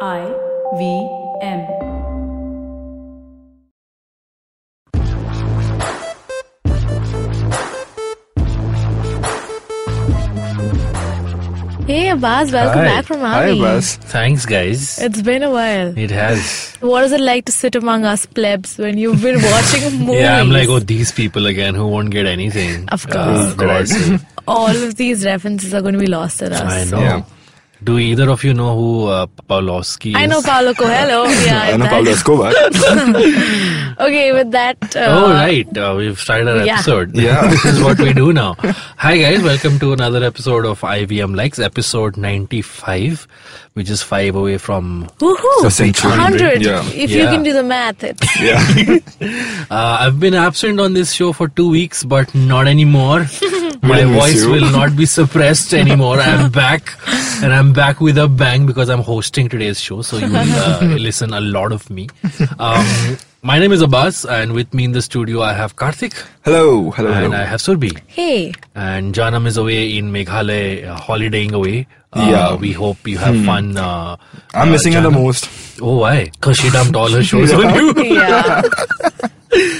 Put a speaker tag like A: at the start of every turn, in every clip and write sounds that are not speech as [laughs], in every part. A: I V M.
B: Hey Abbas, welcome
C: Hi.
B: back from
C: Hi,
B: army.
C: Abbas.
D: Thanks, guys.
B: It's been a while.
D: It has.
B: What is it like to sit among us plebs when you've been watching movies?
D: [laughs] Yeah, I'm like, oh, these people again who won't get anything.
B: Of course.
D: uh, that I see.
B: All of these references are going to be lost at us.
D: [laughs] oh. I know.
C: Yeah.
D: Do either of you know who uh, Pavlovsky is?
B: I know Paulo
D: [laughs]
B: Coelho. Yeah,
C: I know
B: that- [laughs]
C: Pablo Escobar.
B: Okay, with that. Uh,
D: Oh, right. Uh, we've started our
B: Yeah.
D: episode.
C: Yeah.
D: [laughs] this is what we
B: [laughs]
D: do now. Hi, guys. Welcome to another episode of IVM Likes, episode 95, which is five away from.
B: Woohoo!
C: So century.
B: 100.
C: Yeah.
B: If you
D: Yeah.
B: can do the math, it's
C: [laughs] yeah.
D: Uh, I've been absent on this show for two weeks, but not anymore. My
C: We'll miss
D: voice
C: you.
D: will not be suppressed anymore. I'm back, and I'm back with a bang because I'm hosting today's show. So you will uh, listen a lot of me. Um, my name is Abbas, and with me in the studio, I have Karthik
C: Hello. Hello.
D: and
C: hello.
D: I have Surbi. [laughs]
B: hey.
D: And Janam is away in Meghalaya, uh, holidaying away. Uh,
C: Yeah. Hmm.
D: We hope you have fun. Uh,
C: I'm
D: uh,
C: missing her the
D: Janam.
C: most.
D: Oh, why? Because she dumped all her shows
C: [laughs]
D: on you.
B: Yeah.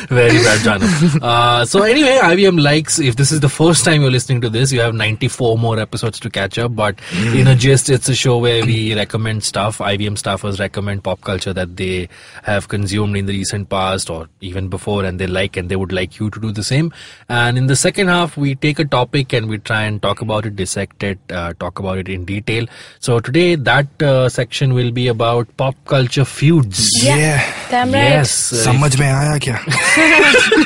D: Very bad, Janam. Uh, so anyway, IBM likes. If this is the first time you're listening to this, you have 94 more episodes to catch up. But in a gist, it's a show where we recommend stuff. IBM staffers recommend pop culture that they have consumed in the recent past or even before, and they like, and they would like you to do the same. And in the second half, we take a topic and we try and talk about it, dissect it, uh, talk about it in detail. So today, that uh, section will be about pop culture feuds.
B: Yeah.
C: Yeah.
B: Damn right.
D: Yes, uh,
C: समझ में आया क्या? [laughs]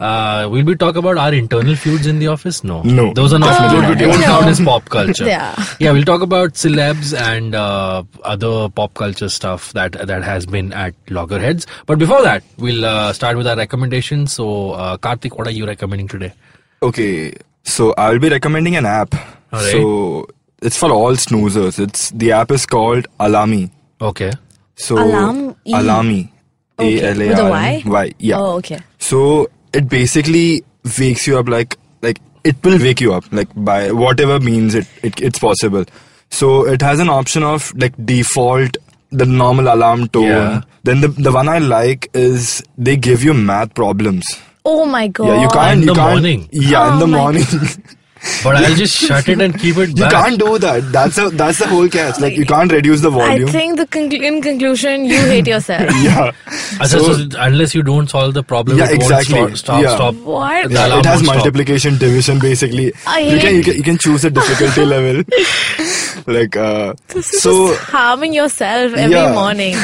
D: Uh, will we talk about our internal feuds in the office? No.
C: No.
D: Those are not
C: Definitely
D: feuds. Don't
C: not.
D: count as
C: [laughs]
D: pop culture.
B: Yeah.
D: Yeah, we'll talk about celebs and uh, other pop culture stuff that that has been at loggerheads. But before that, we'll uh, start with our recommendations. So, uh, Karthik, what are you recommending today?
C: Okay, so I'll be recommending an app.
D: Alright.
C: So it's for all snoozers. It's the app is called Alami.
D: Okay.
C: So
B: Alam- E.
C: Alami.
B: Okay,
C: A L A
B: with a
C: R
B: Y?
C: M Y. Yeah.
B: Oh, okay.
C: So it basically wakes you up like like it will wake you up like by whatever means it, it it's possible. So it has an option of like default the normal alarm tone.
D: Yeah.
C: Then the the one I like is they give you math problems.
B: Oh my god.
C: Yeah, you can't.
D: In
C: you
D: the
C: can't,
D: morning.
C: Yeah, in
B: Oh
C: the
B: my
C: morning. [laughs]
D: But I'll just shut it and keep it
C: you
D: back.
C: can't do that. That's a, that's the whole catch. Like you can't reduce the
B: I
C: volume.
B: think the conclu- in conclusion, you hate yourself.
C: yeah.
D: As- as- as- Uh, unless you don't solve the problem,
C: Yeah,
D: it won't stop.
C: exactly.
D: Stop.
C: Yeah.
D: stop.
B: What?
D: The
C: Yeah,
D: alarm
C: it has
D: won't stop.
C: multiplication, division, basically.
B: I
C: you, can,
B: hate-
C: you can you can choose a
B: [laughs]
C: difficulty level. Like uh,
B: This is
C: [laughs] so
B: just harming yourself every
C: Yeah.
B: morning.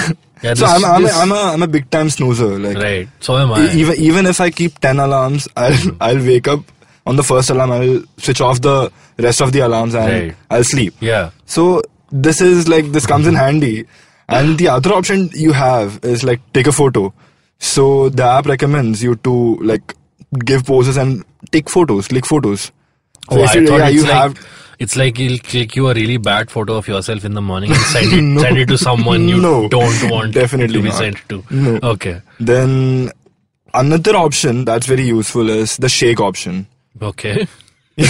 D: Yeah,
C: so
D: this-
C: I'm I'm,
D: this-
C: a, I'm a I'm a big time snoozer. Like
D: right. So am I.
C: e- even even if I keep ten alarms, I'll
D: Hmm.
C: I'll wake up on the first alarm. I'll switch off the rest of the alarms and
D: Right.
C: I'll sleep.
D: yeah.
C: So this is like this comes in handy. And the other option you have is like take a photo. So the app recommends you to like give poses and take photos, click photos.
D: Oh,
C: So
D: I
C: if you-
D: thought
C: yeah,
D: it's
C: you
D: like,
C: have
D: It's like you'll click you a really bad photo of yourself in the morning and send
C: [laughs]
D: it, send it to someone you
C: No.
D: don't want
C: Definitely
D: to be
C: not.
D: sent to.
C: No.
D: Okay.
C: then another option that's very useful is the shake option. [laughs]
D: Okay.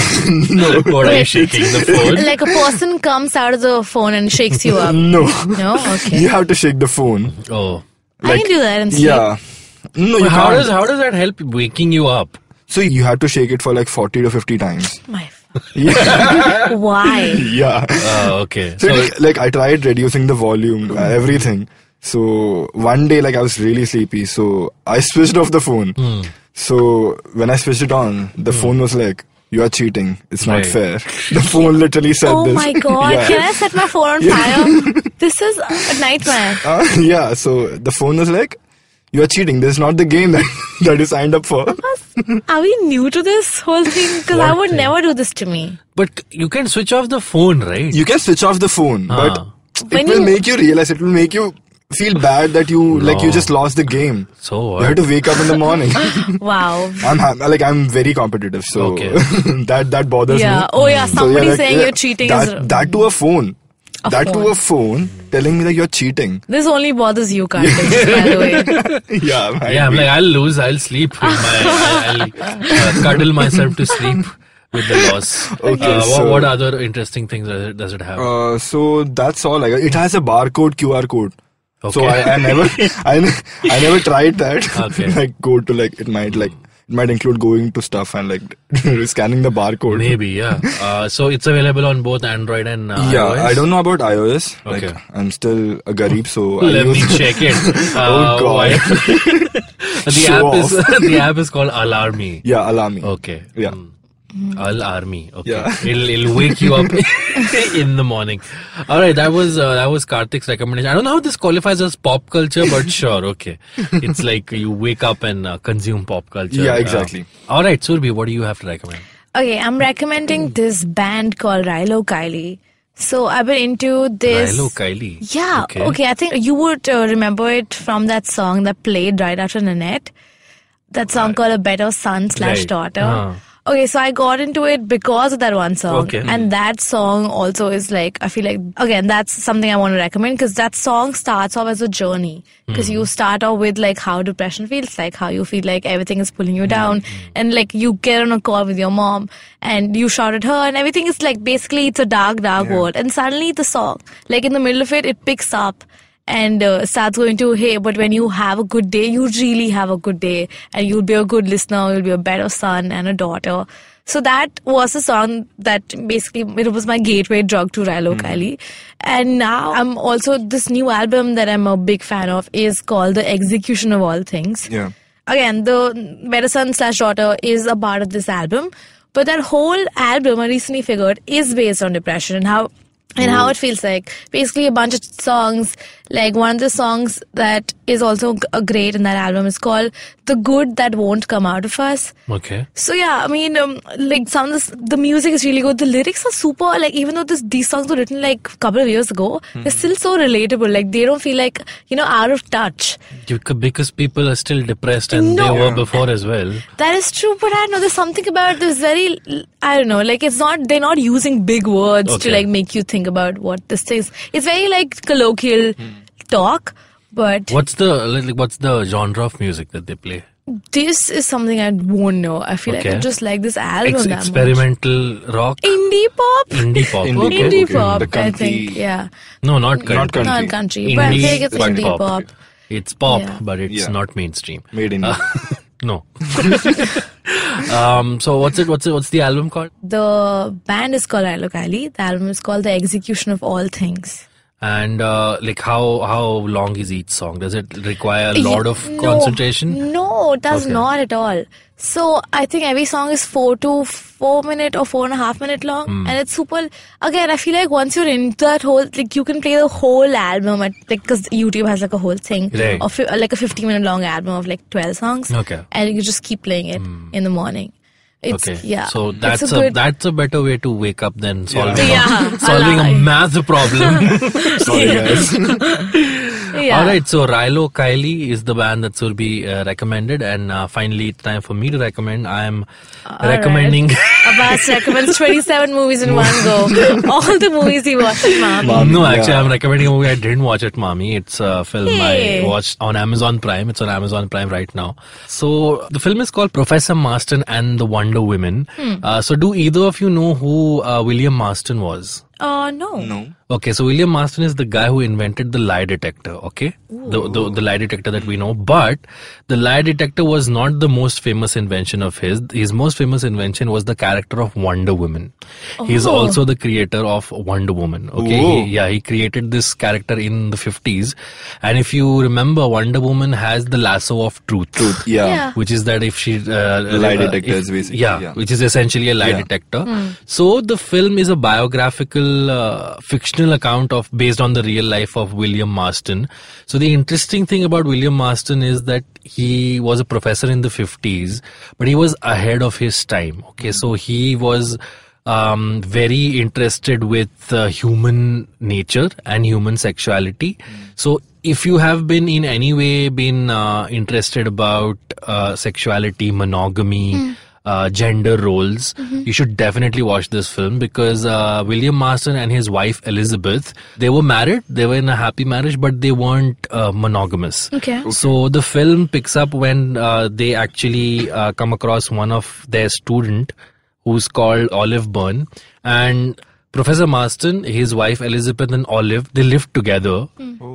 D: [laughs] What are you shaking?
B: [laughs]
D: The
B: like a person comes out of the phone and shakes you up.
C: No, [laughs]
B: No? Okay.
C: you have to shake the phone.
D: phone? Oh.
B: I
C: like-
B: can do that and sleep.
C: Yeah, no, you
D: But how
C: can't.
D: does how does that help waking you up?
C: so you have to shake it for like forty to fifty times. [laughs]
B: My f-
D: [laughs]
C: Yeah,
B: Why?
C: yeah.
D: Oh, okay.
C: So, like, like I tried reducing the volume, uh, everything. So one day, like I was really sleepy, so I switched off the phone.
D: Hmm.
C: So when I switched it on, the phone was like, "You are cheating. It's not
D: Right.
C: fair." [laughs] The phone literally said
B: Oh
C: this. [laughs]
B: my god.
C: yeah.
B: Can I set my phone on
C: [laughs]
B: fire? this is a nightmare.
C: Uh, yeah. So the phone was like, "You are cheating. This is not the game [laughs] that that you signed up for."
B: Are we new to this whole thing? Because I
D: What
B: would
D: thing?
B: never do this to me.
D: But you can switch off the phone, right?
C: You can switch off the phone,
D: Ah.
C: but
B: When
C: it will
B: you-
C: make you realize. It will make you feel bad that you like you
D: No.
C: just lost the game.
D: so
C: You have
D: what?
C: to wake up in the morning.
D: [laughs]
B: Wow.
C: I'm ha- like I'm very competitive, so
D: Okay.
C: [laughs] that that bothers me.
B: Yeah. Oh yeah.
C: So,
B: Somebody
C: like,
B: saying
C: yeah,
B: you're cheating is.
C: That, that to a phone,
B: A
C: that
B: phone.
C: to a phone, telling me that you're cheating.
B: This only bothers you, Karthik,
C: [laughs]
B: by the way.
C: yeah,
D: [laughs]
C: might
D: Yeah, I'm
C: be.
D: like I'll lose. I'll sleep. With my, I'll uh, cuddle myself to sleep with the laws.
C: Okay,
D: Uh, what,
C: so-
D: what other interesting things does it, does it have?
C: Uh, so that's all. Like, it has a barcode QR code. So
D: Okay.
C: I, I
D: [laughs]
C: never, I, ne- I never tried that.
D: Okay.
C: [laughs] like go to like it might like it might include going to stuff and like [laughs] scanning the barcode.
D: Maybe, yeah. Uh, so it's available on both Android and uh,
C: Yeah,
D: iOS?
C: I don't know about iOS. Like
D: Okay.
C: I'm still a garib, so I
D: Let me
C: use-
D: check it.
C: [laughs]
D: Uh,
C: Oh, God.
D: why-
C: [laughs]
D: the
C: Show
D: app is [laughs] the app is called Alarmy.
C: yeah, Alami.
D: Okay.
C: Yeah.
D: Mm. Al Army. Okay.
C: Yeah. [laughs]
D: It'll, it'll wake you up [laughs] in the morning. All right. That was uh, that was Karthik's recommendation. I don't know how this qualifies as pop culture,
C: [laughs]
D: but sure. Okay. It's like you wake up and uh, consume pop culture.
C: Yeah,
D: Uh,
C: exactly.
D: all right, Surbhi, what do you have to recommend?
B: Okay, I'm recommending this band called Rilo Kiley. So I've been into this.
D: Rilo Kiley.
B: Yeah, okay. I think you would uh, remember it from that song that played right after Nanette. That song called A Better Son slash
D: Right.
B: Daughter.
D: Uh-huh.
B: Okay, so I got into it because of that one song.
D: Okay.
B: And that song also is like, I feel like, again, that's something I want to recommend because that song starts off as a journey. Because you start off with like how depression feels like, how you feel like everything is pulling you down. And like you get on a call with your mom and you shout at her and everything is like basically it's a dark, dark world. And suddenly the song, like in the middle of it, it picks up and uh, starts going to hey but when you have a good day you really have a good day and you'll be a good listener you'll be a better son and a daughter so that was a song that basically it was my gateway drug to Rilo Kiley and now I'm also this new album that I'm a big fan of is called The Execution of All Things
C: Yeah.
B: again the better son slash daughter is a part of this album but that whole album i recently figured is based on depression and how and how it feels like basically a bunch of songs like one of the songs that is also g- uh, great in that album is called the good that won't come out of us
D: Okay.
B: so yeah, I mean, um, like some of this, the music is really good. The lyrics are super. Like even though this these songs were written like a couple of years ago, they're still so relatable. Like they don't feel like you know out of touch.
D: Bec- Because people are still depressed and
B: No.
D: they were before as well.
B: That is true, but I don't know. There's something about this very, I don't know. Like it's not they're not using big words
D: Okay.
B: to like make you think about what this is. It's very like colloquial
D: Hmm.
B: talk, but
D: What's the like, what's the genre of music that they play?
B: this is something I won't know. I feel like
D: Okay.
B: I just like this album.
D: Ex-
B: that much.
D: experimental rock,
B: Indie pop.
D: indie pop.
C: Indie
D: okay.
B: Indie
C: okay.
B: pop,
C: The
B: I
C: country-
B: think, yeah.
D: No, not country.
C: Not country.
B: Not country, but I feel like it's
D: but
B: indie pop.
D: It's pop,
B: Yeah.
D: but it's
C: Yeah.
D: not mainstream.
C: Made in India.
D: [laughs] No. [laughs] um. So what's it? What's it? What's the album called?
B: The band is called Rilo Kiley. The album is called The Execution of All Things.
D: And uh, like how how long is each song? Does it require a
B: Ye-
D: lot of
B: no,
D: concentration?
B: No, it does
D: Okay.
B: not at all. So I think every song is four to four minute or four and a half minute long,
D: Hmm.
B: and it's super. Again, I feel like once you're in that whole, like you can play the whole album at like because YouTube has like a whole thing
D: Right.
B: of fi- like a 15 minute long album of like 12 songs.
D: Okay. Hmm.
B: and you just keep playing it in the morning. It's,
D: okay.
B: Yeah.
D: So
B: It's
D: that's a, [laughs]
B: good-
D: that's a better way to wake up than solving
B: Yeah, [laughs]
D: a, solving a
B: alive. [laughs]
D: math problem.
C: Sorry, guys.
B: yeah.
D: All right, so Rilo Kiley is the band that will be uh, recommended, and uh, finally it's time for me to recommend. I'm
B: All right. [laughs]
D: recommending.
B: Abbas recommends 27 movies in one
D: [laughs]
B: go. All the movies he watched, mom.
C: Mami,
D: no, actually,
C: yeah.
D: I'm recommending a movie I didn't watch at Mommy. It's uh, a film
B: Hey.
D: I watched on Amazon Prime. It's on Amazon Prime right now. So the film is called Professor Marston and the Wonder Women.
B: Hmm.
D: Uh, so do either of you know who uh, William Marston was?
B: Uh, no.
C: no.
D: Okay, so William Marston is the guy who invented the lie detector, okay? The, the the lie detector that we know, but the lie detector was not the most famous invention of his. His most famous invention was the character of Wonder Woman. He's
B: Oh.
D: also the creator of Wonder Woman, okay?
C: Whoa.
D: He, yeah, he created this character in the 50s. And if you remember, Wonder Woman has the lasso of truth. Truth.
C: Yeah.
B: Yeah.
D: Which is that if she uh,
C: Lie
D: uh,
C: detector
D: if-
C: is basically-
D: yeah,
C: yeah.
D: which is essentially a lie
C: Yeah.
D: detector. So the film is a biographical, uh, fictional account of based on the real life of William Marston. So the interesting thing about William Marston is that he was a professor in the fifties, but he was ahead of his time. Okay, so he was um, very interested with uh, human nature and human sexuality. So, if you have been in any way been uh, interested about uh, sexuality, monogamy, uh, gender roles, you should definitely watch this film because uh, William Marston and his wife Elizabeth they were married, they were in a happy marriage, but they weren't uh, monogamous.
B: Okay.
D: So the film picks up when uh, they actually uh, come across one of their student who's called Olive Byrne. And Professor Marston, his wife Elizabeth and Olive, they lived together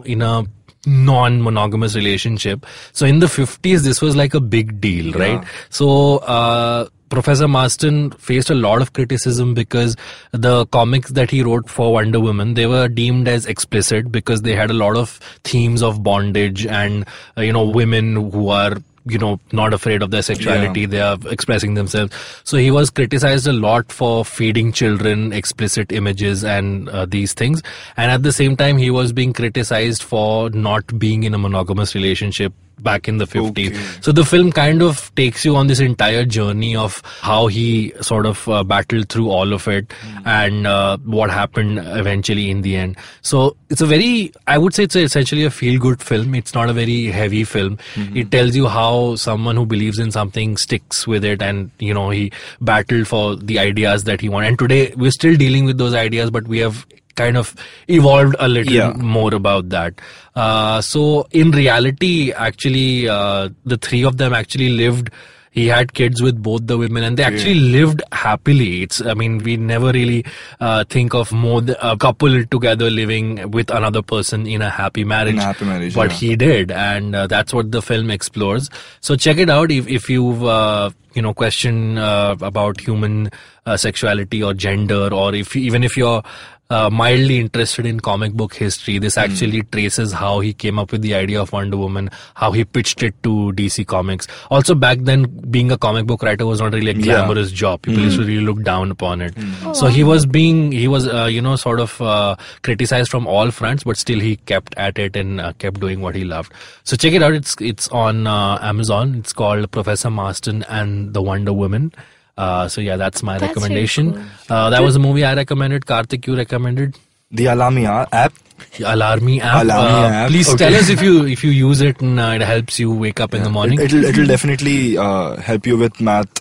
D: in a non-monogamous relationship. So in the 50s, this was like a big deal, right? So, uh, Professor Marston faced a lot of criticism because the comics that he wrote for Wonder Woman they were deemed as explicit because they had a lot of themes of bondage and uh, you know women who are you know not afraid of their sexuality they are expressing themselves so he was criticized a lot for feeding children explicit images and uh, these things and at the same time he was being criticized for not being in a monogamous relationship back in the 50s
C: Okay.
D: so the film kind of takes you on this entire journey of how he sort of uh, battled through all of it and uh, what happened eventually in the end. So it's a very, I would say it's a, essentially a feel good film. It's not a very heavy film. It tells you how someone who believes in something sticks with it and, you know, he battled for the ideas that he wanted. And today we're still dealing with those ideas, but we have kind of evolved a little
C: Yeah.
D: more about that. Uh, so in reality, actually, uh, the three of them actually lived. He had kids with both the women, and they actually lived happily. It's, I mean, we never really uh, think of more th- a couple together living with another person in a happy marriage.
C: happy marriage,
D: but
C: yeah.
D: he did, and uh, that's what the film explores. So check it out if if you've uh, you know question uh, about human uh, sexuality or gender, or if even if you're uh, mildly interested in comic book history, this actually traces how he came up with the idea of Wonder Woman, how he pitched it to DC Comics. Also, back then, being a comic book writer was not really a glamorous job. People used to
C: Hmm.
D: really look down upon it.
B: Oh,
D: So he was being, he was, uh, you know, sort of uh, criticized from all fronts, but still he kept at it and uh, kept doing what he loved. So check it out. It's it's on uh, Amazon. It's called Professor Marston and the Wonder Woman. Uh, so yeah, that's my
B: That's really
D: recommendation. Uh, that was a movie I recommended. Karthik, you recommended
C: The Alami a- app.
D: the Alarmi app.
C: Alarmi
D: Uh,
C: app,
D: Please tell
C: okay.
D: us
C: [laughs]
D: if you if you use it and uh, it helps you wake up in the morning.
C: It, will it'll definitely uh, help you with math.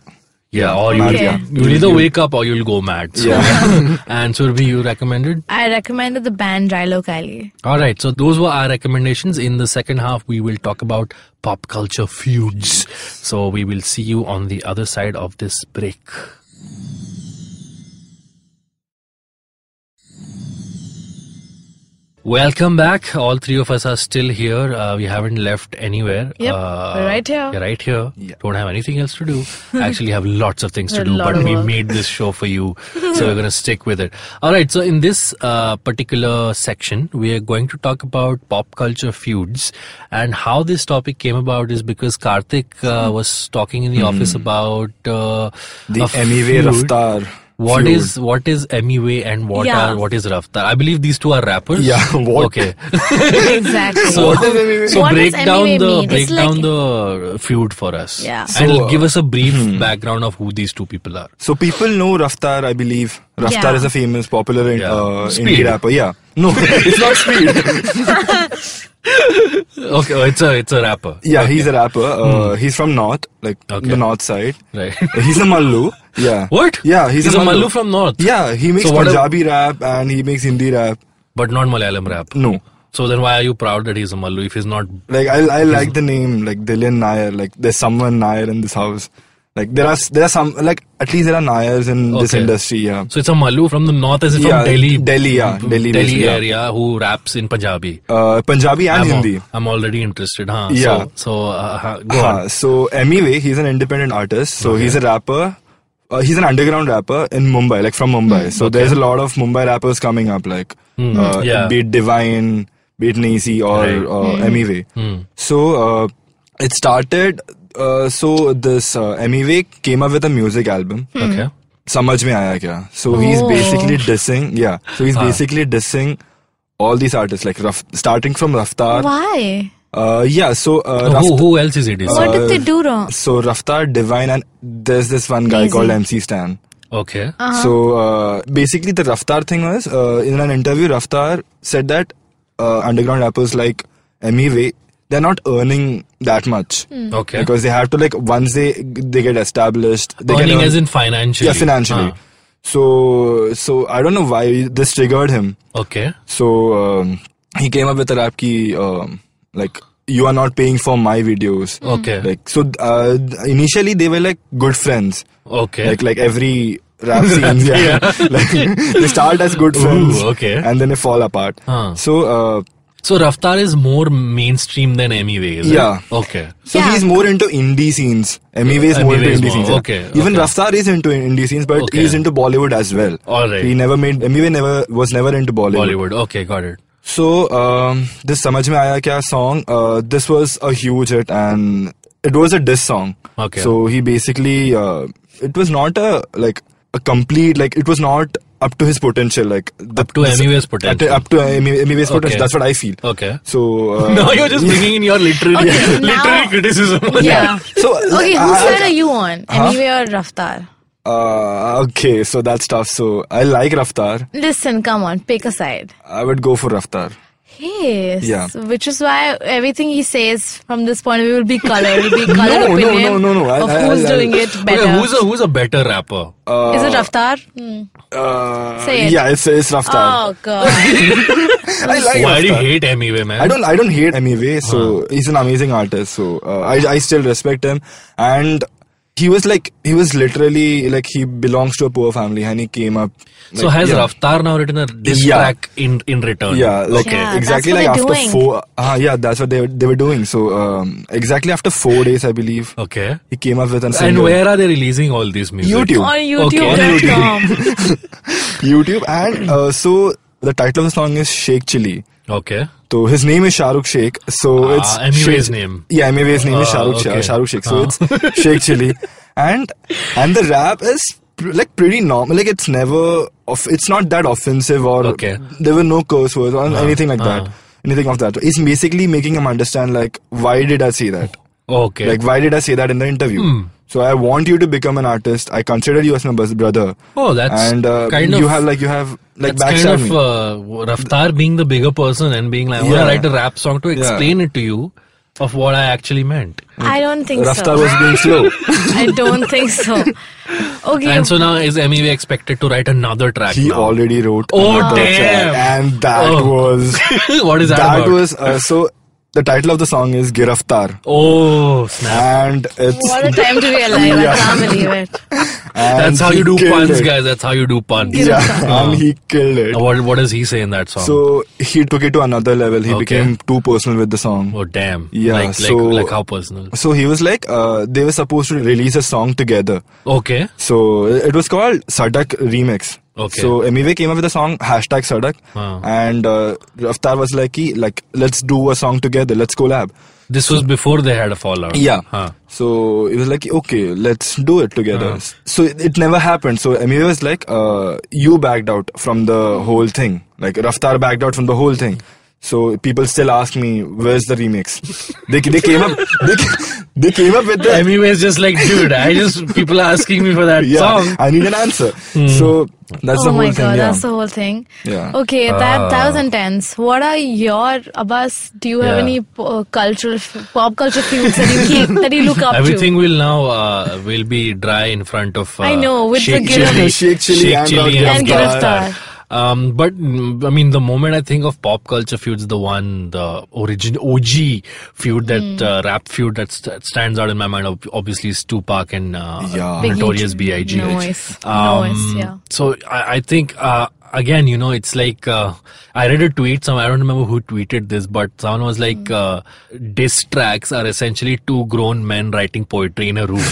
D: yeah, or you
C: Mad,
B: yeah.
D: you'll either wake up or you'll go mad. So. [laughs] and Surbi, you recommended.
B: I recommended the band Rilo
C: [laughs]
B: Kiley.
D: All right, so those were our recommendations. In the second half, we will talk about pop culture feuds. So we will see you on the other side of this break. Welcome back. All three of us are still here. Uh, we haven't left anywhere. Uh,
B: Yep, we're right here.
D: yeah, Right here.
C: Yeah.
D: Don't have anything else to do.
C: [laughs]
D: Actually, have lots of things to
B: A
D: do,
B: lot
D: but
B: of
D: we
B: work.
D: made this show for you. So we're going to stick with it. All right. So in this uh, particular section, we are going to talk about pop culture feuds and how this topic came about is because Karthik uh, was talking in the office about uh,
C: Hmm. The
D: a
C: MEV
D: feud.
C: Raftar.
D: What
C: feud.
D: is what is MEV and what
B: Yeah.
D: are what is Raftar? I believe these two are rappers.
C: Yeah, [laughs] what?
D: Okay.
B: exactly. [laughs]
D: So,
B: E
D: so
B: What
D: break
B: does
D: down
B: MEV
D: the
B: mean?
D: break
B: It's like-
D: down the feud for us.
B: Yeah.
D: and
C: So, uh,
D: give us a brief background of who these two people are.
C: So people know Raftar, I believe. Raftar
B: Yeah.
C: is a famous, popular in,
D: Yeah.
C: uh,
D: Speed.
C: indie rapper. Yeah.
D: [laughs]
C: No, it's not speed.
D: Okay, oh, it's a it's a rapper.
C: [laughs] Yeah, he's a rapper. Uh, He's from North, like
D: Hmm. Okay.
C: the North side.
D: Right. [laughs]
C: [laughs] He's a Mallu. Yeah.
D: What?
C: Yeah, he's,
D: a Mallu from North.
C: Yeah, he makes
D: So what a-
C: Punjabi rap and he makes Hindi rap.
D: But not Malayalam rap.
C: No.
D: So then why are you proud that he's a Mallu if he's not
C: Like I, I like the name like Dilian Nair. Like there's someone Nair in this house. Like there are there are some like at least there are Nairs in this
D: Okay.
C: industry. Yeah.
D: so it's a Mallu from the north as if
C: Yeah,
D: from Delhi Mm-hmm.
C: Delhi, yeah, Delhi basically, yeah.
D: area who raps in Punjabi.
C: Uh, Punjabi and
D: I'm, al-
C: Hindi.
D: I'm already interested, huh?
C: Yeah.
D: So, so uh, huh, go
C: Uh,
D: on.
C: so anyway, he's an independent artist. So he's a rapper. Uh, he's an underground rapper in Mumbai, like from Mumbai.
D: Hmm,
C: So there's a lot of Mumbai rappers coming up, like uh,
D: Yeah.
C: be it Divine, be it Nacy or
D: Right. Hmm.
C: uh, MEV. So uh, it started. Uh, so this uh, MEV came up with a music album.
D: Okay.
C: समझ में आया क्या so he is
B: Oh.
C: Basically dissing या so he is basically dissing all these artist like starting from Raftaar
B: Why?
C: Yeah so
D: who, who else is it? Is
B: What did they do wrong?
C: uh, So Raftar, Divine, and there's this one guy
B: Lazy.
C: called MC Stan.
D: okay.
B: um,
C: So uh, basically, the Raftar thing was uh, in an interview, Raftar said that uh, underground rappers like MEV, they're not earning that much
D: Okay.
C: because they have to like once they they get established, they can
D: Earning
C: earn-
D: as in financially.
C: yeah financially.
D: Huh.
C: So so I don't know why this triggered him.
D: Ah, Okay.
C: So um, he came up with a rap ki um, like you are not paying for my videos.
D: Hmm. Okay.
C: Like so, uh, initially they were like good friends.
D: Okay.
C: Like like every rap
D: [laughs]
C: scenes, yeah. [laughs] like, they start as good
D: Ooh,
C: friends,
D: okay.
C: and then they fall apart.
D: Huh.
C: So uh,
D: so Raftar is more mainstream than MEV, is it?
C: Yeah.
D: Okay.
C: so
B: Yeah.
C: he's more into indie scenes. MV is
D: Uh,
C: more
D: MV
C: into
D: is
C: indie
D: more-
C: scenes. yeah.
D: okay,
C: Even
D: okay.
C: Raftar is into indie scenes, but
D: Okay.
C: he's into Bollywood as well.
D: All right.
C: He never made MV never was never into
D: Bollywood. Okay, got
C: [laughs]
D: it.
C: So um, this समझ में आया क्या song? Uh, this was a huge hit and it was a diss song.
D: Okay.
C: So he basically uh, it was not a like a complete like it was not up to his potential like the,
D: Up to MEV's potential.
C: Up to MEV, MEV's potential.
D: Okay.
C: That's what I feel.
D: Okay.
C: So
D: [laughs]
C: uh,
D: now you're just bringing in your literary,
B: Okay,
D: [laughs]
B: now-
D: literary criticism.
B: [laughs] Yeah.
C: [laughs] So
B: Okay,
C: I-
B: whose
C: I-
B: side are you on?
C: uh-huh.
B: Anyway or Raftar?
C: Uh, okay, so that's tough. So I like Raftar.
B: Listen, come on, pick a side.
C: I would go for Raftar.
B: Yes.
C: Yeah.
B: Which is why everything he says from this point of view will be colored. Will be
C: [laughs]
B: colored
C: no,
B: opinion
C: no, no, no. I-
B: of
C: I-
B: who's
C: I- uh, I-
B: doing it better.
D: Okay, who's a who's a better rapper?
B: is it Raftar? Hmm.
C: Uh,
B: Say it.
C: Yeah, it's it's Raftar.
B: Oh
C: [laughs]
B: god.
C: I like
D: Why do you
C: Raftar.
D: hate MEV, man?
C: I don't I don't hate him anyway. So he's an amazing artist. So uh, I I still respect him. And he was like he was literally like he belongs to a poor family and he came up.
D: So
C: like,
D: has
C: yeah.
D: Raftar now written a diss
C: Yeah.
D: track in in return?
C: Yeah, like
B: Yeah, that's
C: exactly
B: what
C: like
B: they're
C: after
B: doing.
C: four. Uh, yeah, that's what they were- they were doing. So um, exactly after four days, I believe
D: Okay.
C: he came up with an
D: Oh. And where are they releasing all these music?
C: YouTube.
B: On
D: Okay.
B: YouTube.com.
C: YouTube and uh, so the title of the song is Shake Chili.
D: Okay.
C: So his name is Shahrukh Sheikh. So
D: Ah,
C: it's
D: Emir's
C: Shake-
D: name.
C: Yeah, Emir's name is
D: Ah,
C: Shahrukh Sheikh.
D: okay.
C: Shahrukh Sheikh. So
D: Ah.
C: it's [laughs] Sheikh Chili, and and the rap is pr- like pretty normal. Like it's never of it's not that offensive or
D: Okay.
C: there were no curse words or anything like
D: ah.
C: that. Anything of that. It's basically making him understand like why did I say that?
D: Okay. Hmm.
C: Like why did I say that in the interview? So I want you to become an artist. I consider you as my bus- brother.
D: oh, that's
C: and uh,
D: kind of
C: you have like you have like
D: that's kind
C: backstab
D: of
C: me.
D: uh, Raftar being the bigger person and being like, I'm
C: Yeah.
D: gonna write a rap song to explain it to you of what I actually meant.
B: I don't think
C: Raftar
B: so.
C: was
D: [laughs]
C: being slow.
B: I don't think
C: [laughs]
B: so. Okay.
D: And so now is MEV expected to write another track?
C: he
D: now?
C: already wrote
D: Oh,
C: another
D: damn.
C: track, and that
D: Oh.
C: was
D: [laughs] what is that?
C: that
D: about?
C: was uh, so. The title of the song is Giraftar,
D: oh snap!
C: and it's
B: what [laughs] a time to
C: [laughs]
B: be alive. I can't believe it.
C: and
D: That's how
C: he
D: you do
C: killed
D: puns,
C: it.
D: guys. That's how you do puns.
C: Yeah, and he killed it.
D: Now, What what does he say in that song?
C: So he took it to another level. He
D: Okay.
C: became too personal with the song.
D: oh damn!
C: Yeah,
D: like like,
C: so-
D: like how personal.
C: So he was like, uh, they were supposed to release a song together.
D: Okay,
C: So it was called Sadak Remix.
D: Okay.
C: So Emive came up with a song hashtag Sadak,
D: Wow.
C: and uh, Raftar was like, "Ki, like let's do a song together, let's collab.
D: this was before they had a fallout.
C: Yeah.
D: Huh.
C: So it was like, okay, let's do it together.
D: Huh.
C: So it, it never happened. So Emive was like, uh, you backed out from the whole thing. Like Raftar backed out from the whole thing. So people still ask me, where's the
D: [laughs]
C: remix? they they came up they, ca- they came up with the
D: Anyways, E just like dude, I just people are asking me for that
C: [laughs] yeah.
D: song. Hmm.
C: I need an answer. So [laughs] that's the
B: oh
C: whole
B: my
C: thing.
B: god,
C: yeah. Uh,
B: that's the whole thing.
C: Yeah.
B: Okay, that that was
D: Ah.
B: intense. What are your Abbas? Do you have
D: Yeah.
B: any po- uh, cultural f- pop culture feuds that you keep, that you look up
D: Everything
B: to?
D: will now uh, will be dry in front of. Uh,
B: I know, with the
D: shake
B: Giraffe-
D: chili,
C: Shake chili and
B: And Giraffe.
D: Um, but mm, I mean, the moment I think of pop culture feuds, the one, the origin OG feud that
B: Hmm.
D: uh, rap feud that st- stands out in my mind, ob- obviously, is Tupac and uh,
C: Yeah. Biggie.
D: Notorious B.I.G.
B: Noise.
D: Um,
B: Noise, yeah.
D: So I, I think uh, again, you know, it's like uh, I read a tweet. Some I don't remember who tweeted this, but someone was like,
B: Mm.
D: uh, "Diss tracks are essentially two grown men writing poetry in a
B: [laughs]
D: room." [laughs]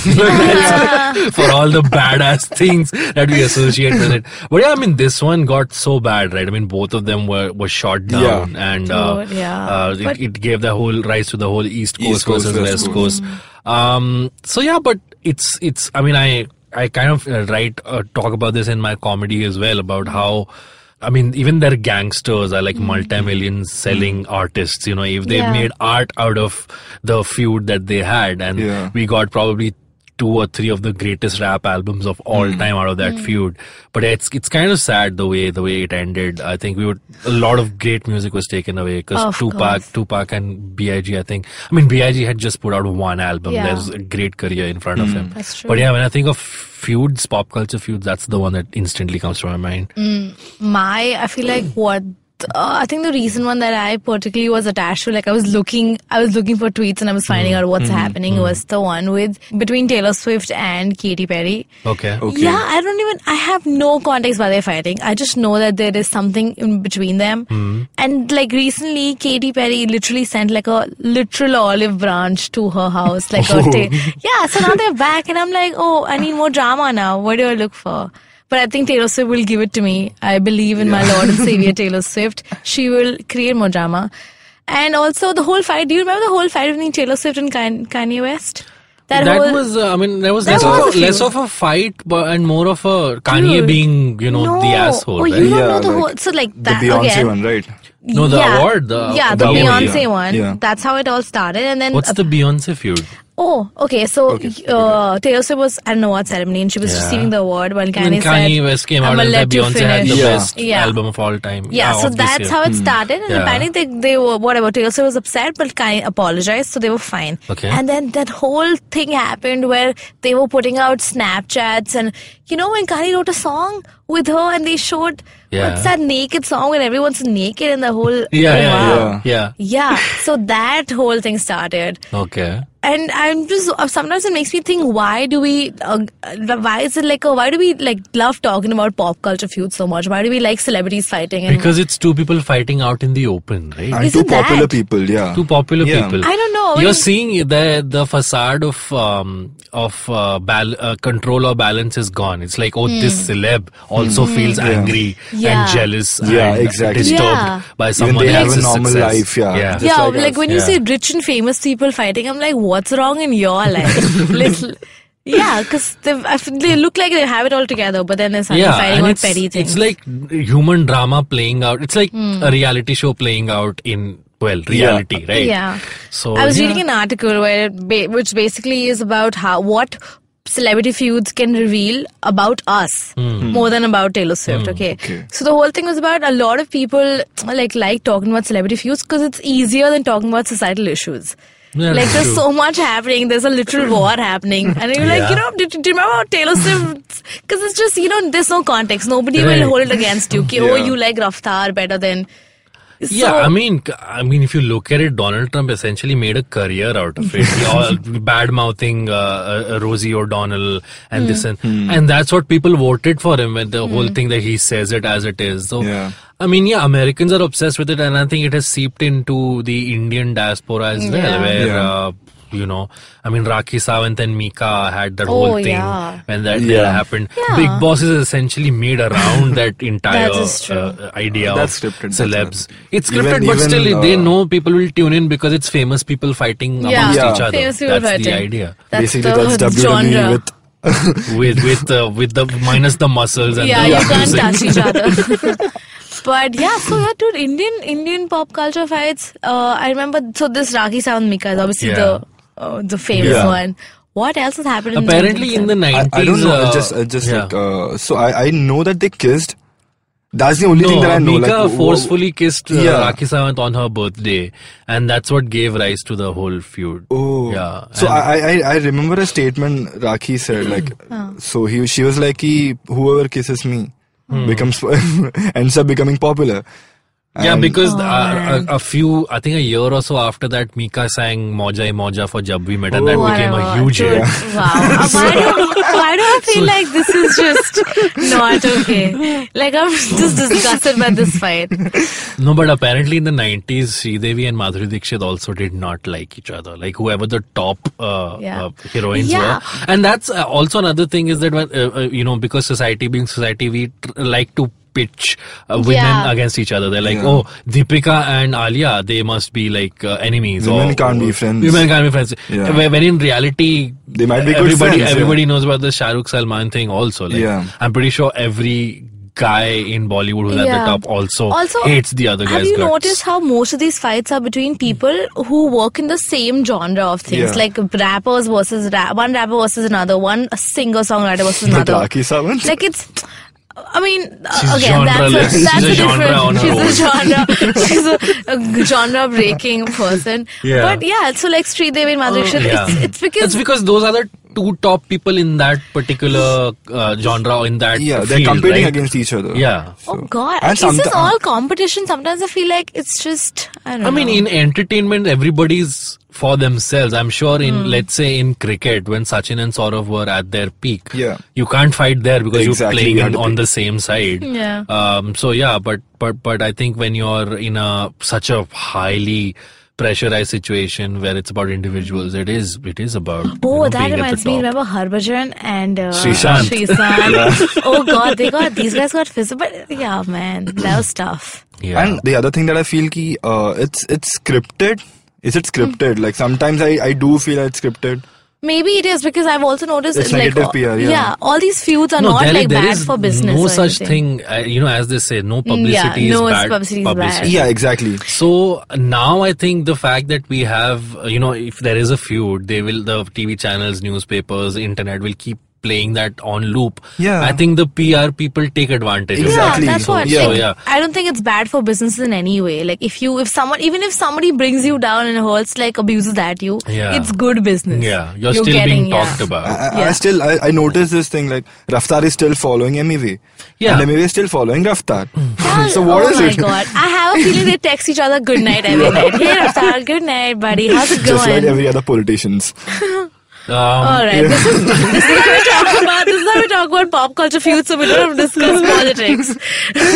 D: for all the badass things that we associate with it. But yeah, I mean, this one got so bad, right? I mean, both of them were were shot down, and uh,
B: Dude, Oh, yeah.
D: uh, it,
B: But-
D: it gave the whole rise to the whole East Coast,
C: East Coast,
D: versus
C: West
D: West
C: Coast.
D: Coast course. Um, so yeah, but it's it's. I mean, I I kind of uh, write uh, talk about this in my comedy as well about how. I mean, even their gangsters are like multi-million selling artists. You know, if they
B: Yeah.
D: made art out of the feud that they had, and
C: Yeah.
D: we got probably two or three of the greatest rap albums of all time out of that feud. But it's it's kind of sad the way the way it ended. I think we would a lot of great music was taken away because
B: Of
D: Tupac,
B: course.
D: Tupac and Big, I think. I mean, Big had just put out one album.
B: Yeah.
D: There's a great career in front of him.
B: That's true.
D: But yeah, when I think of feuds,
B: Mm.
D: pop culture feuds, that's the one that instantly comes to my mind.
B: My, I feel like what uh, I think the recent one that I particularly was attached to, like I was looking, I was looking for tweets and I was finding
C: Mm.
B: out what's
C: Mm-hmm.
B: happening, was the one with between Taylor Swift and Katy Perry.
D: Okay.
C: Okay.
B: Yeah, I don't even. I have no context why they're fighting. I just know that there is something in between them. And like recently, Katy Perry literally sent like a literal olive branch to her house, like a
C: Oh.
B: ta- yeah. So now they're back, and I'm like, oh, I need more drama now. What do I look for? But I think Taylor Swift will give it to me. I believe in my Lord and Savior Taylor Swift. She will create more drama. And also the whole fight. Do you remember the whole fight between Taylor Swift and Kan- Kanye West?
D: That, was, uh, I mean, there was,
B: That
D: less,
B: was
D: of
B: a
D: a, less
B: feud.
D: of a fight but, and more of a Kanye
B: Dude.
D: being, you know, the asshole.
B: Oh,
D: right?
B: you don't
C: Yeah,
B: know the
C: like,
B: whole. So like
C: The
B: that.
C: Beyonce
B: again,
C: one, right?
D: No, the award, the-
B: yeah,
D: the
B: the,
D: award,
B: Beyonce
C: yeah.
B: one.
C: Yeah.
B: That's how it all started, and then uh,
D: What's the Beyonce feud?
B: oh, okay. So
C: Okay,
B: uh, Taylor Swift was I don't know what ceremony, and she was
D: Yeah.
B: receiving the award while
D: And
B: Kanye,
D: then Kanye
B: said,
D: West came
B: "I'ma
D: out and said
B: let you
D: Beyonce had the
B: finish."
C: Yeah.
D: best
B: Yeah.
D: album of all time.
B: Yeah, so
D: of this
B: that's
D: year.
B: how it started, and
D: Hmm. Yeah.
B: apparently they they were whatever. Taylor Swift was upset, but Kanye apologized, so they were fine.
D: Okay.
B: And then that whole thing happened where they were putting out Snapchats, and you know when Kanye wrote a song with her, and they showed
D: Yeah.
B: what's that naked song when everyone's naked in the whole
D: [laughs] Yeah,
B: oh,
D: yeah,
B: wow.
D: yeah, yeah.
B: Yeah,
D: [laughs]
B: so that whole thing started.
D: Okay.
B: And I'm just uh, sometimes it makes me think why do we uh, uh, why is it like a, why do we like love talking about pop culture feuds so much? Why do we like celebrities fighting? And
D: Because it's two people fighting out in the open, right?
C: And
B: Is
C: two
B: it that?
C: popular people, yeah.
D: Two popular
C: Yeah.
D: people.
B: I don't know.
D: You're
B: When-
D: seeing the the facade of um, of uh, bal- uh, control or balance is gone. It's like oh, this celeb also feels angry
B: Hmm. Yeah.
D: and jealous.
C: Yeah,
D: and
C: exactly.
D: Disturbed
B: Yeah.
D: by
C: Even
D: someone
C: they have
D: else's
C: a normal
D: success.
C: life, yeah.
D: yeah.
C: Just
B: yeah,
C: like
B: like,
C: us,
B: when you
D: yeah.
B: see rich and famous people fighting, I'm like, what's wrong in your life? [laughs] Little, yeah, because they look like they have it all together, but then they're suddenly fighting
D: and
B: on
D: it's,
B: petty things.
D: it's like human drama playing out. It's like
B: Hmm.
D: a reality show playing out in well reality, right?
B: Yeah.
D: So
B: I was
D: yeah.
B: reading an article where it ba- which basically is about how what celebrity feuds can reveal about us
D: Hmm.
B: more than about Taylor Swift. Okay?
C: Okay.
B: So the whole thing was about a lot of people like like talking about celebrity feuds because it's easier than talking about societal issues.
D: Yeah,
B: like
D: that's
B: there's
D: true.
B: so much happening. There's a
D: [clears throat]
B: literal war happening, and you're like,
D: Yeah.
B: you know, do, do you remember how Taylor Swift? Because it's just you know, there's no context. Nobody
D: Right.
B: will hold it against you. Okay, Oh,
C: Yeah.
B: you like Raftar better than.
D: Yeah,
B: So-
D: I mean, I mean, if you look at it, Donald Trump essentially made a career out of it, He all
B: [laughs]
D: bad mouthing uh, uh, Rosie O'Donnell and this
B: Hmm.
D: and and that's what people voted for him with the whole thing that he says it as it is. So,
C: Yeah.
D: I mean, yeah, Americans are obsessed with it, and I think it has seeped into the Indian diaspora as well,
B: Yeah.
D: where.
C: Yeah.
D: Uh, you know, I mean, Rakhi Sawant and Mika had that whole
B: Oh,
D: thing
B: yeah.
D: when that
C: Yeah.
D: happened.
B: Yeah.
D: Big Boss is essentially made around
B: [laughs]
D: that entire
B: is true.
D: uh, idea
C: That's
D: of
C: scripted, that's
D: celebs.
C: not-
D: It's
C: Even-
D: scripted, but
C: even,
D: still, they
C: uh,
D: know people will tune in because it's famous people fighting amongst
C: Yeah.
D: each other.
B: Famous people
D: that's the
B: fighting.
D: idea.
B: That's
C: Basically,
B: the
C: that's WWE
B: genre.
C: with
D: With with uh, with the minus the muscles and
B: yeah,
D: the
B: you can't
D: music.
B: touch each
D: [laughs]
B: other. but yeah, so yeah, dude, Indian Indian pop culture fights. Uh, I remember. So this Rakhi Sound Mika is obviously
D: Yeah.
B: the uh, the famous
C: Yeah.
B: one. What else has happened?
D: Apparently, in the
C: I,
D: nineties,
C: I don't know.
D: uh,
C: I just, I just
D: yeah.
C: like. Uh, so I, I know that they kissed. That's the only
D: no,
C: thing that I know.
D: Mika
C: like, oh, wh- wh-
D: forcefully kissed uh,
C: Yeah.
D: Rakhi Sawant on her birthday, and that's what gave rise to the whole feud.
C: Oh.
D: yeah.
C: So
D: and-
C: I, I, I remember a statement Rakhi said
B: [clears throat]
C: like.
B: Oh.
C: So he, she was like, "Ki whoever kisses me
B: Hmm.
C: becomes [laughs] ends up becoming popular.
D: Yeah,
C: And-
D: because
B: Oh,
D: uh,
B: man.
D: a, a few, I think a year or so after that, Mika sang Moja Hai Moja for Jab We Met, and that
C: Oh,
D: became a huge
B: dude,
D: hit.
B: Wow. Uh, Why do, why do I feel like this is just not okay? Like, I'm just disgusted by this fight.
D: No, but apparently in the 90s, Sridevi and Madhuri Dixit also did not like each other. Like whoever the top uh,
B: Yeah.
D: uh, heroines
B: Yeah.
D: were. And that's uh, also another thing is that, when, uh, uh, you know, because society being society, we tr- like to pitch uh, women
B: Yeah.
D: against each other. They're like,
C: Yeah.
D: oh, Deepika and Alia, they must be like uh, enemies.
C: Women
D: or,
C: can't be friends.
D: Women can't be friends.
C: Yeah.
D: When when in reality,
C: They might be good
D: everybody,
C: friends, yeah.
D: everybody knows about the Shahrukh Salman thing also. Like,
C: Yeah.
D: I'm pretty sure every guy in Bollywood who's at the
B: Yeah.
D: top also, hates the other guy's
B: Have you
D: guts.
B: noticed how most of these fights are between people who work in the same genre of things,
C: Yeah.
B: like rappers versus rap, one rapper versus another, one singer songwriter versus
C: But
B: another.
C: Rakhi Sawant.
B: Like it's. I mean, uh,
D: She's
B: again, that's
D: genreless.
B: a,
D: She's
B: that's
D: a
B: a,
D: genre on
B: different.
D: her
B: She's a genre. [laughs] She's a, a genre breaking person.
D: Yeah.
B: But yeah, so like Sri Devi and Madhuri Dixit,
C: Uh,
D: Yeah.
B: it's, it's because
D: It's because those are the two top people in that particular uh, genre or in that
C: yeah, they're
D: field,
C: competing
D: right?
C: against each other.
D: Yeah.
B: Oh
C: So-
B: God!
C: and
B: Is this
C: someti-
B: all competition? Sometimes I feel like it's just I don't know.
D: I mean, in entertainment, everybody's for themselves. I'm sure
B: Hmm.
D: in, let's say, in cricket, when Sachin and Saurav were at their peak,
C: Yeah.
D: you can't fight there because
C: Exactly,
D: you're
C: you
D: playing
C: had to
D: on
C: pick.
D: the same side.
B: Yeah.
D: Um. So yeah, but but but I think when you're in a such a highly pressurized situation where it's about individuals, it is it is about. you
B: Oh,
D: know,
B: that
D: being at the
B: reminds me.
D: top.
B: Remember Harbhajan and uh,
D: Srishant.
B: Srishant?
D: [laughs]
B: Oh God, they got these guys got physical. But yeah, man, that was tough.
D: Yeah.
C: And the other thing that I feel ki uh, it's it's scripted. Is it scripted?
B: Hmm.
C: Like sometimes I, I do feel it's scripted.
B: Maybe it is because I've also noticed
C: It's
B: like
C: negative PR, yeah.
B: all these feuds are
D: no,
B: not
D: there,
B: like
D: there
B: bad
D: is
B: for business.
D: No
B: or
D: such
B: anything.
D: thing, uh, you know, as they say, no publicity is
B: no, it's
D: bad.
B: publicity is bad.
C: Yeah, exactly.
D: So now I think the fact that we have, uh, you know, if there is a feud, they will, the TV channels, newspapers, internet will keep playing that on loop.
C: Yeah.
D: I think the PR people take advantage
C: Exactly.
B: Yeah,
D: of that.
B: that's
D: So-
B: what.
D: So,
B: like,
D: yeah.
B: I don't think it's bad for businesses in any way. Like if you, if someone, even if somebody brings you down and hurts, like abuses at you,
D: Yeah.
B: it's good business.
D: Yeah. You're, still being
B: yeah.
D: talked
C: I,
D: about.
C: I- I
B: Yeah.
C: still I, I noticed this thing like Raftar is still following MEV.
D: Yeah. Hmm.
C: And MEV is still following Raftar.
B: Well,
C: so what
B: oh
C: is
B: my
C: it? [laughs]
B: god! I have a feeling they text each other good night every night. Hey Raftar, good night, buddy. How's it
C: Just like
B: going?
C: every other politicians. uh,
D: Um,
B: All right, this is this is how we talk about this is how we talk about pop culture feud. So we don't discuss
C: [laughs]
B: politics.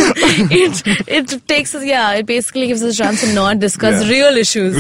B: it it takes us yeah. It basically gives us a chance to not discuss
C: Yeah.
B: real issues.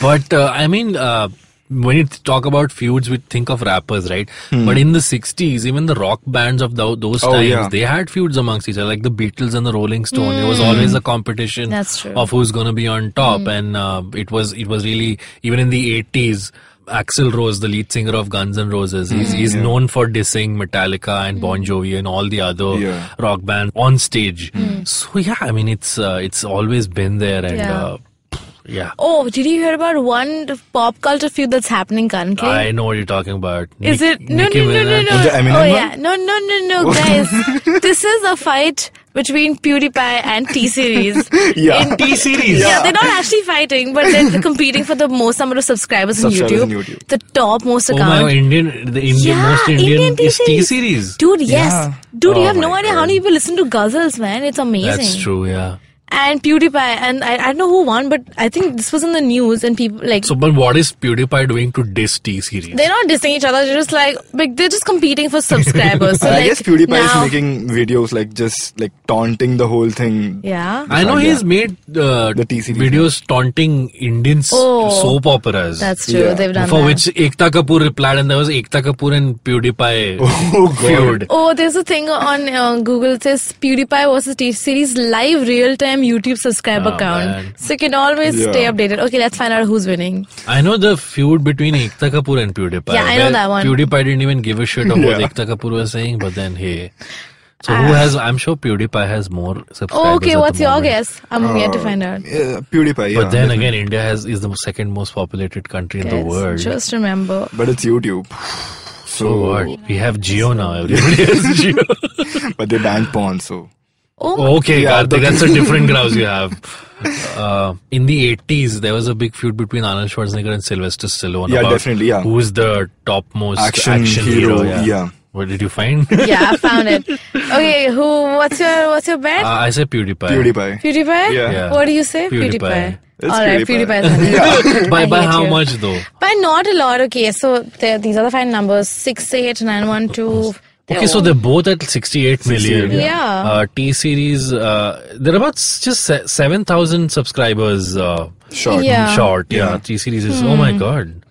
D: But uh, I mean, uh, when you talk about feuds, we think of rappers, right? But in the 60s, even the rock bands of tho- those
C: Hmm. Oh,
D: times,
C: yeah. Hmm.
D: they had feuds amongst each other, like the Beatles and the Rolling Stone. It was always a competition
B: That's true. Hmm.
D: of who's going to be on top, and uh, it was it was really even in the 80s. Axel Rose, the lead singer of Guns N' Roses, he's,
C: Hmm.
D: he's known for dissing Metallica and
B: Hmm.
D: Bon Jovi and all the other
C: Yeah.
D: rock bands on stage. So yeah, I mean it's uh, it's always been there, and
B: Hmm. Yeah.
D: uh, yeah,
B: Oh, did you hear about one pop culture feud that's happening currently?
D: I know what you're talking about.
B: Is
D: Nick-
B: it no
D: Nicki
B: no, no no
D: Minaj.
B: no
C: The Eminem
B: Oh
C: one?
B: yeah, no no no no guys. this is a fight between PewDiePie and T Series.
C: [laughs] Yeah.
D: T series.
B: Yeah, they're not actually fighting, but they're [laughs] competing for the most number of subscribers,
C: Subscribers
B: on,
C: on
B: YouTube,
C: YouTube.
B: The top most
D: Oh
B: account.
D: my Indian, the Indian most Indian, is T series.
B: Dude, yes.
C: Yeah.
B: Dude, you
D: Oh
B: have no
D: my
B: idea how
D: God.
B: many people listen to Guzzles, man. It's amazing.
D: That's true. Yeah.
B: And PewDiePie, and I, I don't know who won, but I think this was in the news, and people like
D: So, but what is PewDiePie doing to diss T series?
B: they're not dissing each other. They're just like, like they're just competing for subscribers. So
C: I
B: like,
C: guess PewDiePie
B: now,
C: is making videos like just like taunting the whole thing.
B: Yeah.
D: I know he's made uh,
C: The T series.
D: videos taunting Indian s-
B: Oh.
D: soap operas.
B: That's true.
C: Yeah.
B: They've done
D: for
B: that.
D: which Ekta Kapoor replied, and there was Ekta Kapoor and PewDiePie
C: [laughs] Oh, God.
D: feud.
B: Oh, there's a thing on uh, Google that says PewDiePie versus T-Series live real-time YouTube subscriber
D: Oh,
B: count.
D: man.
B: So you can always
C: Yeah.
B: stay updated. Okay, let's find out who's winning.
D: I know the feud between Ekta Kapoor and PewDiePie.
B: Yeah, I know
D: where
B: that one.
D: PewDiePie didn't even give a shit of what
C: Yeah.
D: Ekta Kapoor was saying, but then hey. So who has? I'm sure PewDiePie has more subscribers. at
B: Ah. okay,
D: the
B: what's your
D: moment.
B: guess? I'm yet
C: Oh.
B: to find out.
C: Yeah, PewDiePie, yeah.
D: But then again, India has is the second most populated country in the
B: Guys,
D: world.
B: Just remember.
C: but it's YouTube.
D: so what? We have Geo now.
B: [laughs]
D: Everybody has Geo.
C: But they banned porn, so.
B: Oh,
D: okay,
C: Yeah,
D: Karthik,
C: the-
D: that's
C: [laughs]
D: a different grouse you have. Uh, in the 80s, there was a big feud between Arnold Schwarzenegger and Sylvester Stallone.
C: Yeah,
D: about
C: definitely, yeah.
D: Who's the topmost action,
C: Action
D: hero?
C: hero, yeah.
D: What did you find?
B: yeah, I found
C: [laughs]
B: it. Okay, who? What's your what's your bet?
D: Uh, I say PewDiePie.
C: PewDiePie.
B: PewDiePie.
C: yeah.
D: Yeah.
B: What do you say?
D: PewDiePie.
C: It's
B: All right,
C: PewDiePie.
B: PewDiePie. is
C: [laughs]
B: winning.
D: By,
B: I
D: by
B: hate
D: how
B: you.
D: much though?
B: But not a lot. Okay, so there, these are the fine numbers: six, eight, nine, one, two. They're
D: Okay, so
B: all-
D: they're both at 68 million.
B: yeah. Yeah.
D: Uh, T series, uh, they're about s- just se- 7,000 subscribers uh,
C: Short.
B: Yeah. Hmm.
D: short. Yeah.
C: Yeah.
D: T series is, oh my God.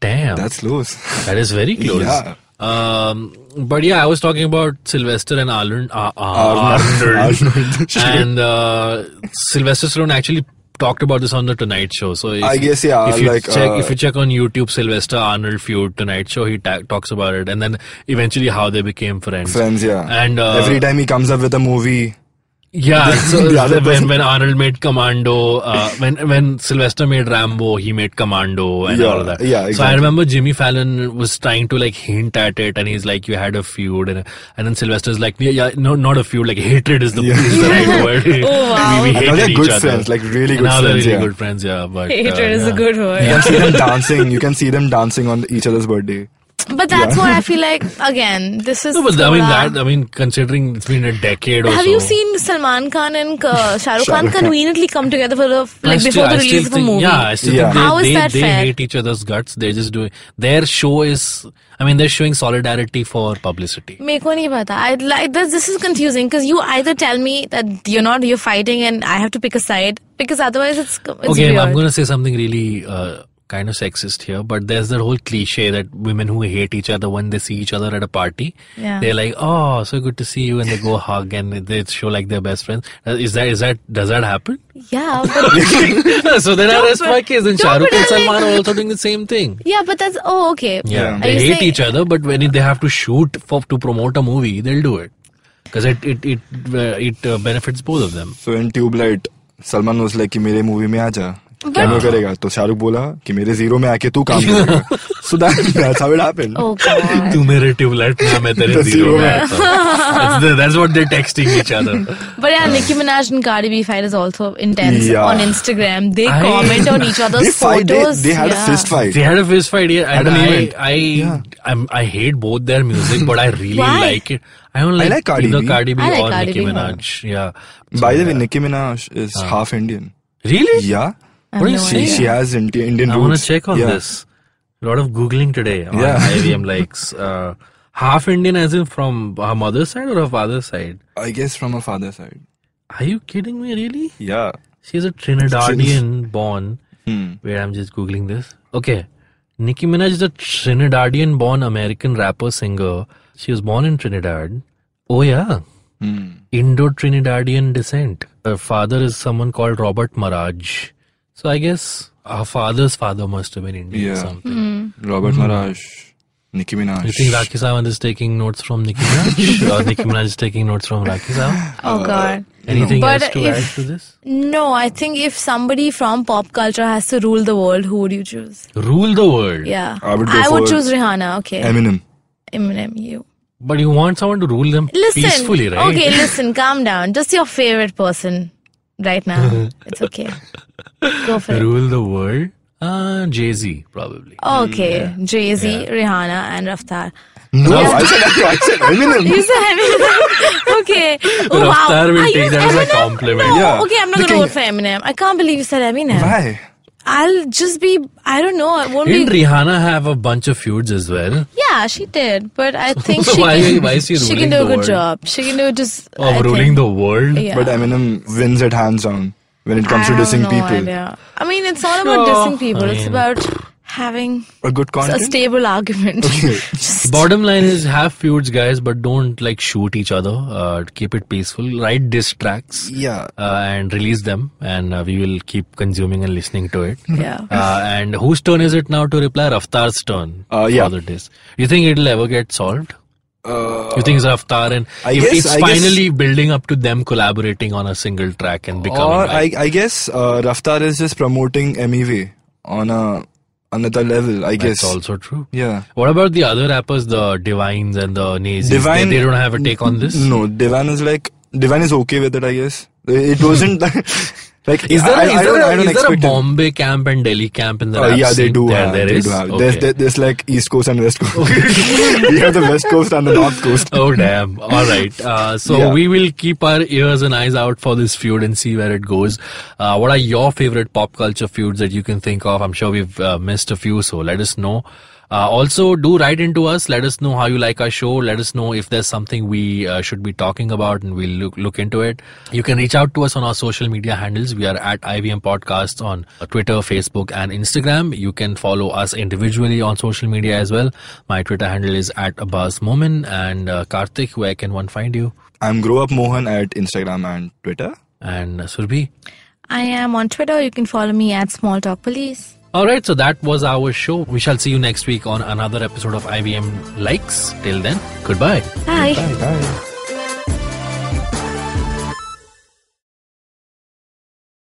D: Damn. That's,
C: That's close. [laughs]
D: very close.
C: Yeah.
D: Um, but yeah, I was talking about Sylvester and Arnold. Uh, uh,
C: [laughs] Arnold.
D: Arnold.
C: Arnold.
D: and uh, Sylvester Stallone actually talked about this on the Tonight Show. So if,
C: I guess, yeah,
D: If you
C: like,
D: check,
C: uh,
D: if you check on YouTube, Sylvester Arnold feud Tonight Show, he ta- talks about it, and then eventually how they became friends.
C: Friends, yeah.
D: And uh,
C: Every time he comes up with a movie,
D: yeah, [laughs] so
C: the other
D: when,
C: person-
D: when Arnold made Commando, uh, when when Sylvester made Rambo, he made Commando and
C: Yeah,
D: all of that.
C: yeah,
D: So I
C: exactly.
D: remember Jimmy Fallon was trying to like hint at it, and he's like, "You had a feud," and and then Sylvester's like, "Yeah, yeah no, not a feud. Like hatred is the,
C: Yeah.
D: is the right word.
B: [laughs]
D: [laughs]
B: Oh, wow.
D: we,
B: And
D: we
C: now
D: hated
C: they're
D: each
C: good
D: other.
C: friends, like really
D: And
C: good
D: now they're
C: friends,
D: really
C: yeah.
D: good friends. Yeah, but uh,
B: Hatred is
D: yeah.
B: a good word.
D: [laughs]
C: you can see them dancing. You can see them dancing on each other's birthday.
B: But that's
C: Yeah.
B: what I
D: [laughs]
B: feel like. Again, this is.
D: No, but I mean
B: thoda-
D: that. I mean, considering it's been a decade or
B: Have
D: so.
B: you seen Salman Khan and
D: [laughs]
B: uh, Shah Rukh
C: Shah
B: Khan
C: Rukh Khan.
B: conveniently come together for the
D: I
B: like
D: still-
B: before
D: I
B: the
D: still
B: release of a
D: think-
B: movie?
D: Yeah, I still
C: Yeah.
D: think they,
B: How is
D: they,
B: that
D: they
B: fair?
D: hate each other's guts. They're just doing their show is. I mean, they're showing solidarity for publicity.
B: मेरे को नहीं पता I like this this is confusing because you either tell me that you not you fighting and I have to pick a side because otherwise it's
D: okay, I'm going to say something really uh, kind of sexist here, but there's that whole cliche that women who hate each other when they see each other at a party,
B: Yeah.
D: they're like, "Oh, so good to see you," and they go hug and they show like they're best friends. Uh, is that is that does that happen?
B: [laughs]
D: [laughs]
B: yeah but
D: so then I
B: Don't
D: rest
B: pre-
D: my case. And
B: don't
D: Shah Rukh and
B: pretend like-
D: Salman are also doing the same thing.
B: yeah but that's oh okay
D: Yeah,
C: Yeah.
B: Are
D: they
B: you
D: hate
B: saying-
D: each other, but when it- they have to shoot for to promote a movie, they'll do it because it it it uh, it uh, benefits both of them.
C: So in tubelight Salman was like कि मेरे movie में आ जा क्या मैं करेगा तो शाहरुख बोला कि मेरे जीरो में आके तू
D: [laughs]
C: काम करेगा so that that's how it happened
B: oh god
D: तू मेरे ट्यूबलाइट में मैं तेरे
C: The
D: जीरो
C: [laughs] zero
D: में
C: में।
D: आता हूँ। [laughs] That's the- That's what they're texting each other.
B: but
D: [laughs]
B: yeah Nicki Minaj and Cardi B fight is also intense
C: Yeah.
B: on Instagram they
D: I-
B: comment
D: [laughs]
B: on each other's
C: they fight they,
B: photos
C: they had
B: yeah.
C: a fist fight
D: They had a fist fight here, and
C: At an
D: I
C: event.
D: I I'm, I hate both their music, but I really
B: Why?
D: like it. I don't like,
C: like Cardi
D: either
C: B.
D: Cardi B
B: I like
D: or
B: Cardi
D: Nicki
B: B.
D: Minaj. Yeah.
C: by the way Nicki Minaj is
D: Ah.
C: half Indian
D: Really?
C: yeah
B: I have
D: What do you
B: no
D: see?
C: she
B: idea.
C: she has Indian Indian
D: I want
C: roots.
D: to check on
C: Yeah.
D: this. A lot of googling today on
C: Yeah. [laughs]
D: IBM likes uh, half Indian, as in from her mother's side or her father's side.
C: I guess from her father's side
D: Are you kidding me? Really?
C: yeah
D: She's a Trinidadian born.
C: Hmm.
D: Wait, I'm just googling this. Okay, Nicki Minaj is a Trinidadian born American rapper singer. She was born in Trinidad. Oh yeah,
C: Hmm.
D: Indo-Trinidadian descent. Her father is someone called Robert Maraj. So I guess her father's father must have been Indian or
C: Yeah.
D: something.
B: Mm.
C: Robert Maraj Nicki Minaj
D: Mm. You think Rakhi Sawant is taking notes from Nicki Minaj? or Nicki Minaj is taking notes from Rakhi Sawant?
B: oh god
D: Anything
B: But
D: else to
B: if-
D: add to this?
B: no I think if somebody from pop culture has to rule the world who would you choose
D: Rule the world.
B: yeah
C: I would go for
B: choose Rihanna okay
C: Eminem
B: Eminem you
D: But you want someone to rule them
B: Listen.
D: peacefully, right?
B: Okay, listen, calm down. Just your favorite person right now.
D: [laughs]
B: it's okay. Go for it.
D: Rule the world? Uh, Jay Z, probably.
B: Okay, Jay Z, Rihanna, and Raftar.
C: no I said I
B: [laughs]
C: said Eminem
B: You said [laughs] Eminem.
D: [laughs]
B: okay. Oh, wow.
D: Raftar will
B: Are you
D: take that as a
B: Eminem?
D: compliment.
B: No.
C: Yeah.
B: Okay, I'm not
C: Looking-
B: gonna vote for Eminem. I can't believe you said Eminem.
C: why
B: I'll just be. I don't know. I won't
D: Didn't
B: be.
D: Rihanna have a bunch of feuds as well?
B: Yeah, she did, but I think
D: [laughs] So
B: she
D: why-
B: can.
D: why is she
B: she
D: ruling
B: can do a
D: the
B: good
D: world?
B: job. She can do just.
D: Of
B: I
D: Oh, ruling
B: think.
D: the world?
B: Yeah.
C: but Eminem wins it hands down when it comes
B: I
C: to
B: have
C: dissing
B: no
C: people
B: idea. I mean, it's not about
D: Sure.
B: dissing people.
D: I
B: it's
D: mean-
B: about having
C: a good
B: a
C: content
B: stable argument. [laughs] Just-
D: Bottom line is have feuds, guys, but don't like shoot each other. Uh, keep it peaceful. Write diss tracks.
C: yeah
D: uh, and release them, and uh, we will keep consuming and listening to it.
B: yeah.
D: Uh, and whose turn is it now to reply? Raftar's turn.
C: Uh, yeah.
D: For the days. You think it'll ever get solved? you think it's Raftar and
C: Uh, I
D: if
C: guess-
D: it's
C: I guess-
D: finally building up to them collaborating on a single track and becoming.
C: Or I,
D: like-
C: I guess uh, Raftar is just promoting MEV on a another level. I
D: that's
C: guess.
D: also true.
C: Yeah.
D: What about the other rappers, the Divines and the Nazis?
C: Divine-
D: they, they don't have a take on this.
C: No, Divan is like Divan is okay with it. I guess it wasn't [laughs] like
D: Is there, a-
C: I,
D: is
C: I
D: there
C: don't,
D: a-
C: I don't
D: is there a
C: expect it.
D: Bombay camp and Delhi camp in the
C: Uh,
D: rap
C: yeah, they
D: scene?
C: do
D: There,
C: have.
D: there
C: they
D: is?
C: do have. There's,
D: Okay.
C: there- there's like East Coast and West Coast. [laughs] we have the West Coast and the North Coast.
D: oh [laughs] damn all right uh, so
C: Yeah.
D: we will keep our ears and eyes out for this feud and see where it goes uh, what are your favorite pop culture feuds that you can think of i'm sure we've uh, missed a few so let us know uh, also do write into us let us know how you like our show let us know if there's something we uh, should be talking about and we'll look look into it you can reach out to us on our social media handles we are at IVM Podcasts on Twitter Facebook and Instagram you can follow us individually on social media as well my Twitter handle is at Abbas Momin and uh, Karthik where can one find you
C: I'm Grow Up Mohan at Instagram and Twitter.
D: and uh, Surbhi
B: I am on Twitter. You can follow me at Small Talk Police.
D: all right so that was our show we shall see you next week on another episode of IVM Likes till then goodbye
B: Bye.
C: Bye.